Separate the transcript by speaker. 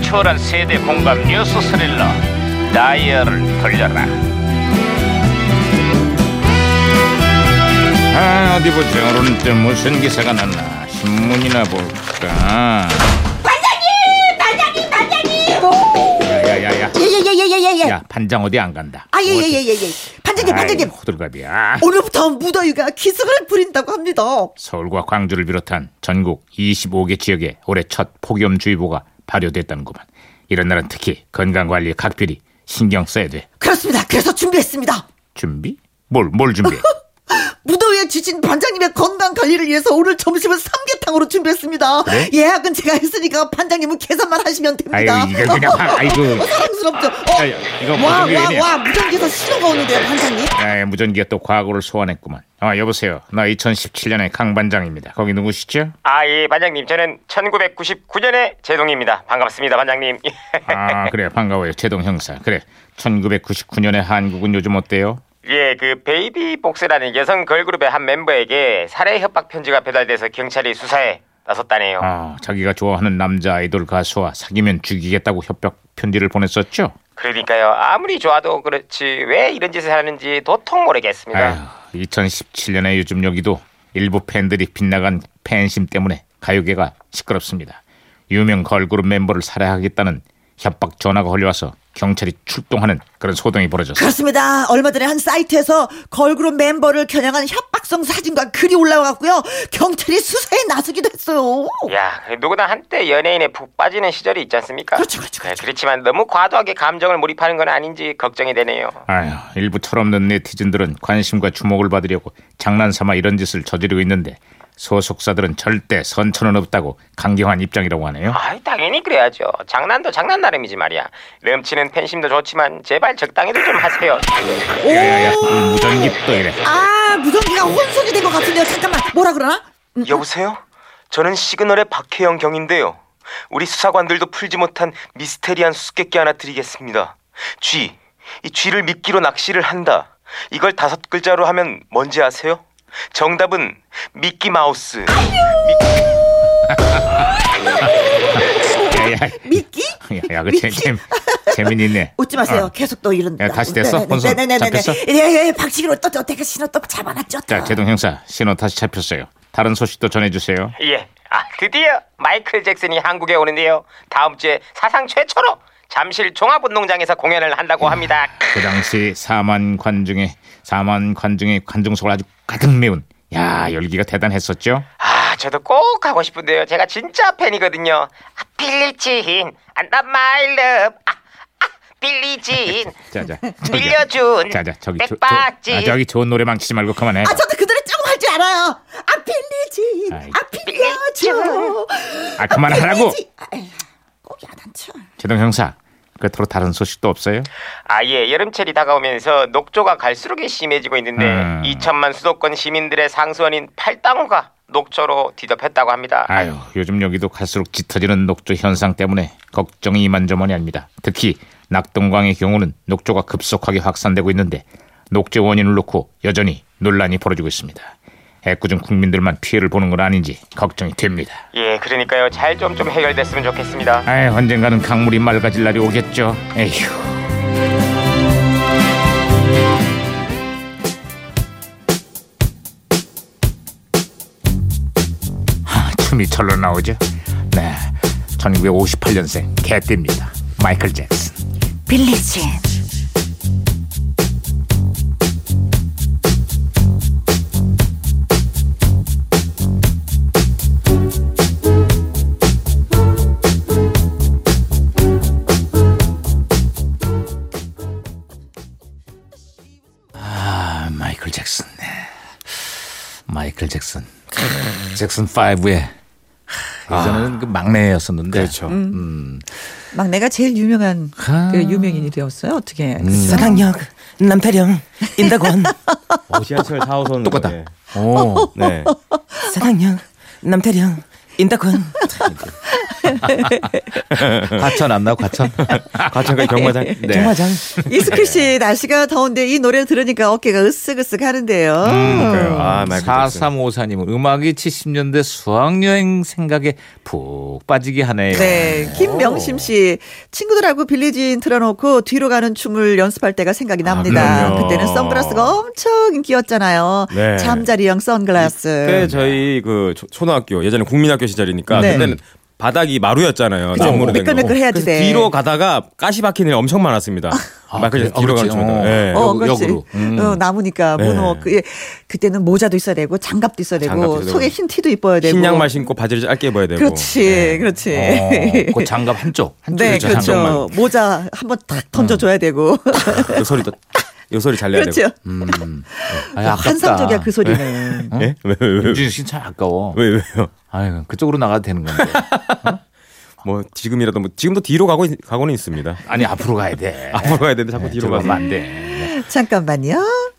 Speaker 1: 초월한 세대 공감 뉴스 스릴러 다이얼을 돌려라 아 어디 보자 오늘은 또 무슨 기사가 났나 신문이나 볼까
Speaker 2: 반장님! 반장님! 반장님!
Speaker 1: 야야야야
Speaker 2: 예예예예예예.
Speaker 1: 야 판장 어디 안 간다
Speaker 2: 아 예예예예예. 반장님
Speaker 1: 아이,
Speaker 2: 반장님.
Speaker 1: 호들갑이야
Speaker 2: 오늘부터 무더위가 기승을 부린다고 합니다.
Speaker 1: 서울과 광주를 비롯한 전국 25개 지역에 올해 첫 폭염주의보가 발효됐다는구만. 이런 날은 특히 건강관리에 각별히 신경 써야 돼.
Speaker 2: 그렇습니다. 그래서 준비했습니다.
Speaker 1: 준비? 뭘, 뭘 준비해?
Speaker 2: 무더위에 지친 반장님의 건강 관리를 위해서 오늘 점심은 삼계탕으로 준비했습니다.
Speaker 1: 그래?
Speaker 2: 예약은 제가 했으니까 반장님은 계산만 하시면
Speaker 1: 네? 아유,
Speaker 2: 됩니다.
Speaker 1: 이거 그냥 막, 아이고.
Speaker 2: 어, 사랑스럽죠. 어,
Speaker 1: 아유, 이거
Speaker 2: 와,
Speaker 1: 무전기
Speaker 2: 와,
Speaker 1: 왜냐?
Speaker 2: 와, 무전기에서 신호가 오는데요, 반장님.
Speaker 1: 아, 무전기가 또 과거를 소환했구만. 아, 여보세요. 나 2017년의 강반장입니다. 거기 누구시죠?
Speaker 3: 아, 예, 반장님. 저는 1999년의 제동입니다. 반갑습니다, 반장님.
Speaker 1: 아, 그래. 반가워요. 최동 형사. 그래. 1999년의 한국은 요즘 어때요?
Speaker 3: 예, 그 베이비 복스라는 여성 걸그룹의 한 멤버에게 살해 협박 편지가 배달돼서 경찰이 수사에 나섰다네요.
Speaker 1: 아, 자기가 좋아하는 남자 아이돌 가수와 사귀면 죽이겠다고 협박 편지를 보냈었죠?
Speaker 3: 그러니까요. 아무리 좋아도 그렇지 왜 이런 짓을 하는지 도통 모르겠습니다.
Speaker 1: 아휴, 2017년에 요즘 여기도 일부 팬들이 빗나간 팬심 때문에 가요계가 시끄럽습니다. 유명 걸그룹 멤버를 살해하겠다는 협박 전화가 걸려와서 경찰이 출동하는 그런 소동이 벌어졌어요.
Speaker 2: 그렇습니다. 얼마 전에 한 사이트에서 걸그룹 멤버를 겨냥한 협박성 사진과 글이 올라와갖고요. 경찰이 수사에 나서기도 했어요.
Speaker 3: 야, 그 누구나 한때 연예인에 푹 빠지는 시절이 있지 않습니까?
Speaker 2: 그렇죠, 그렇죠, 그렇죠.
Speaker 3: 네, 그렇지만 너무 과도하게 감정을 몰입하는 건 아닌지 걱정이 되네요.
Speaker 1: 아휴, 일부 철없는 네티즌들은 관심과 주목을 받으려고 장난삼아 이런 짓을 저지르고 있는데 소속사들은 절대 선처는 없다고 강경한 입장이라고 하네요.
Speaker 3: 아이 당연히 그래야죠. 장난도 장난 나름이지 말이야. 넘치는 팬심도 좋지만 제발 적당히도 좀 하세요.
Speaker 1: 야야야, 이 무전기 또 이래.
Speaker 2: 아, 무전기가 혼선이 된 것 같은데요. 잠깐만, 뭐라 그러나?
Speaker 3: 여보세요? 저는 시그널의 박혜영 경인데요. 우리 수사관들도 풀지 못한 미스테리한 수수께끼 하나 드리겠습니다. 쥐. 이 쥐를 미끼로 낚시를 한다. 이걸 다섯 글자로 하면 뭔지 아세요? 정답은 미끼 마우스.
Speaker 1: 야야,
Speaker 2: 미끼?
Speaker 1: 야야, 그 재, 재, 재민이네.
Speaker 2: 웃지 마세요.
Speaker 1: 어.
Speaker 2: 계속 또 이런다. 네,
Speaker 1: 야, 다시 됐어? 혼선 잡혔어?
Speaker 2: 예, 예, 박치기로 또, 또, 내가 신호 또 잡아놨죠. 또.
Speaker 1: 자, 제동 형사 신호 다시 잡혔어요. 다른 소식도 전해주세요.
Speaker 3: 예. 아, 드디어 마이클 잭슨이 한국에 오는데요. 다음 주에 사상 최초로 잠실 종합운동장에서 공연을 한다고 합니다.
Speaker 1: 그 당시 4만 관중의 4만 관중의 관중석을 아주 가득 메운 야 열기가 대단했었죠.
Speaker 3: 아, 저도 꼭 가고 싶은데요. 제가 진짜 팬이거든요. 아, 빌리진, 안다 마이 러브. 아, 아, 빌리진.
Speaker 1: 자자
Speaker 3: 빌려준
Speaker 1: 아, 자자 저기 조, 조,
Speaker 3: 백바지.
Speaker 1: 아, 저기 좋은 노래 망치지 말고 그만해.
Speaker 2: 아, 저도 그 노래 조금 할 줄 알아요. 아, 빌리지.
Speaker 1: 아이.
Speaker 2: 아, 빌려줘.
Speaker 1: 아, 그만하라고.
Speaker 2: 빌리지. 아, 에휴, 꼭이 안한 쳐.
Speaker 1: 제동 형사 끝으로 다른 소식도 없어요?
Speaker 3: 아, 예. 여름철이 다가오면서 녹조가 갈수록 심해지고 있는데
Speaker 1: 음.
Speaker 3: 2천만 수도권 시민들의 상수원인 팔당호가 녹조로 뒤덮였다고 합니다.
Speaker 1: 아유 요즘 여기도 갈수록 짙어지는 녹조 현상 때문에 걱정이 이만저만이 아닙니다. 특히 낙동강의 경우는 녹조가 급속하게 확산되고 있는데 녹조 원인을 놓고 여전히 논란이 벌어지고 있습니다. 애꿎은 국민들만 피해를 보는 건 아닌지 걱정이 됩니다.
Speaker 3: 예, 그러니까요. 잘 좀 좀 해결됐으면 좋겠습니다.
Speaker 1: 아이, 언젠가는 강물이 맑아질 날이 오겠죠. 에휴. 하, 춤이 절로 나오죠. 네, 1958년생 개띠입니다. 마이클 잭슨.
Speaker 2: 빌리지.
Speaker 1: 아, 마이클 잭슨. 네. 마이클 잭슨. 잭슨 5의 이전에는 그 막내였었는데 그렇죠.
Speaker 4: 막내가 제일 유명한 그 유명인이 되었어요. 어떻게
Speaker 2: 음.
Speaker 1: 음.
Speaker 4: 그죠?
Speaker 5: 사랑역 남태령 인덕원
Speaker 6: 어, 지하철 4호선
Speaker 1: 똑같다.
Speaker 6: 네.
Speaker 1: 음. 오.
Speaker 6: 네.
Speaker 5: 사랑역 남태령 인덕원
Speaker 6: 과천 안 나고 과천? 과천과 경마장. 네.
Speaker 5: 경마장.
Speaker 2: 이스클 씨 날씨가 더운데 이 노래 들으니까 어깨가 으쓱으쓱 하는데요.
Speaker 1: 음.
Speaker 6: 그러니까요. 아, 마이클 잭슨.
Speaker 1: 4354님은 음악이 70년대 수학여행 생각에 푹 빠지게
Speaker 6: 예.
Speaker 1: 하네요.
Speaker 2: 네, 김명심 씨 친구들하고 빌리진 틀어놓고 뒤로 가는 춤을 연습할 때가 생각이 납니다.
Speaker 6: 아, 그럼요.
Speaker 2: 그때는 선글라스가 엄청 인기였잖아요.
Speaker 6: 네.
Speaker 2: 잠자리형
Speaker 6: 그때
Speaker 2: 선글라스.
Speaker 6: 저희 그 초- 초등학교 예전에 국민학교 시절이니까
Speaker 2: 네.
Speaker 6: 그때는 바닥이 마루였잖아요.
Speaker 2: 그죠.
Speaker 6: 나무로 된 거.
Speaker 2: 매끌매끌해야지
Speaker 6: 그래서
Speaker 2: 돼.
Speaker 6: 뒤로 가다가 까시박힌 일이 엄청 많았습니다.
Speaker 1: 아,
Speaker 6: 마이클 잭슨
Speaker 1: 그래요?
Speaker 6: 뒤로
Speaker 1: 어,
Speaker 6: 가는
Speaker 1: 그렇지.
Speaker 6: 춤. 예.
Speaker 1: 어.
Speaker 2: 어, 그렇지.
Speaker 1: 역으로. 음.
Speaker 2: 어, 나무니까 모노워크. 예. 그때는 모자도 있어야 되고 장갑도 있어야 되고
Speaker 6: 네. 장갑도 있어야
Speaker 2: 속에
Speaker 6: 되고.
Speaker 2: 흰 티도 입어야 되고.
Speaker 6: 흰 양말 신고 바지를 짧게 입어야 되고. 네.
Speaker 2: 그렇지, 그렇지.
Speaker 1: 어, 그 장갑 한쪽. 한쪽
Speaker 2: 네, 그렇죠.
Speaker 1: 한쪽만.
Speaker 2: 모자 한번 탁 던져줘야 되고.
Speaker 6: 요 소리 또, 요 소리 잘려야
Speaker 2: 그렇죠.
Speaker 6: 음. 되고. 예?
Speaker 1: 음. 아이, 아깝다.
Speaker 2: 어. 환상적이야 그 소리는.
Speaker 6: 예? 왜, 왜, 왜,
Speaker 1: 윤진 씨참 아까워.
Speaker 6: 왜, 왜요?
Speaker 1: 아유, 그쪽으로 나가도 되는 건데.
Speaker 6: 뭐 지금이라도 뭐 지금도 뒤로 가고 있-
Speaker 2: 네.
Speaker 6: 가고는 있습니다.
Speaker 1: 아니, 앞으로 가야 돼.
Speaker 6: 앞으로 가야 되는데 자꾸 뒤로
Speaker 1: 들어가면
Speaker 6: 가서.
Speaker 1: 안 돼.
Speaker 2: 잠깐만요.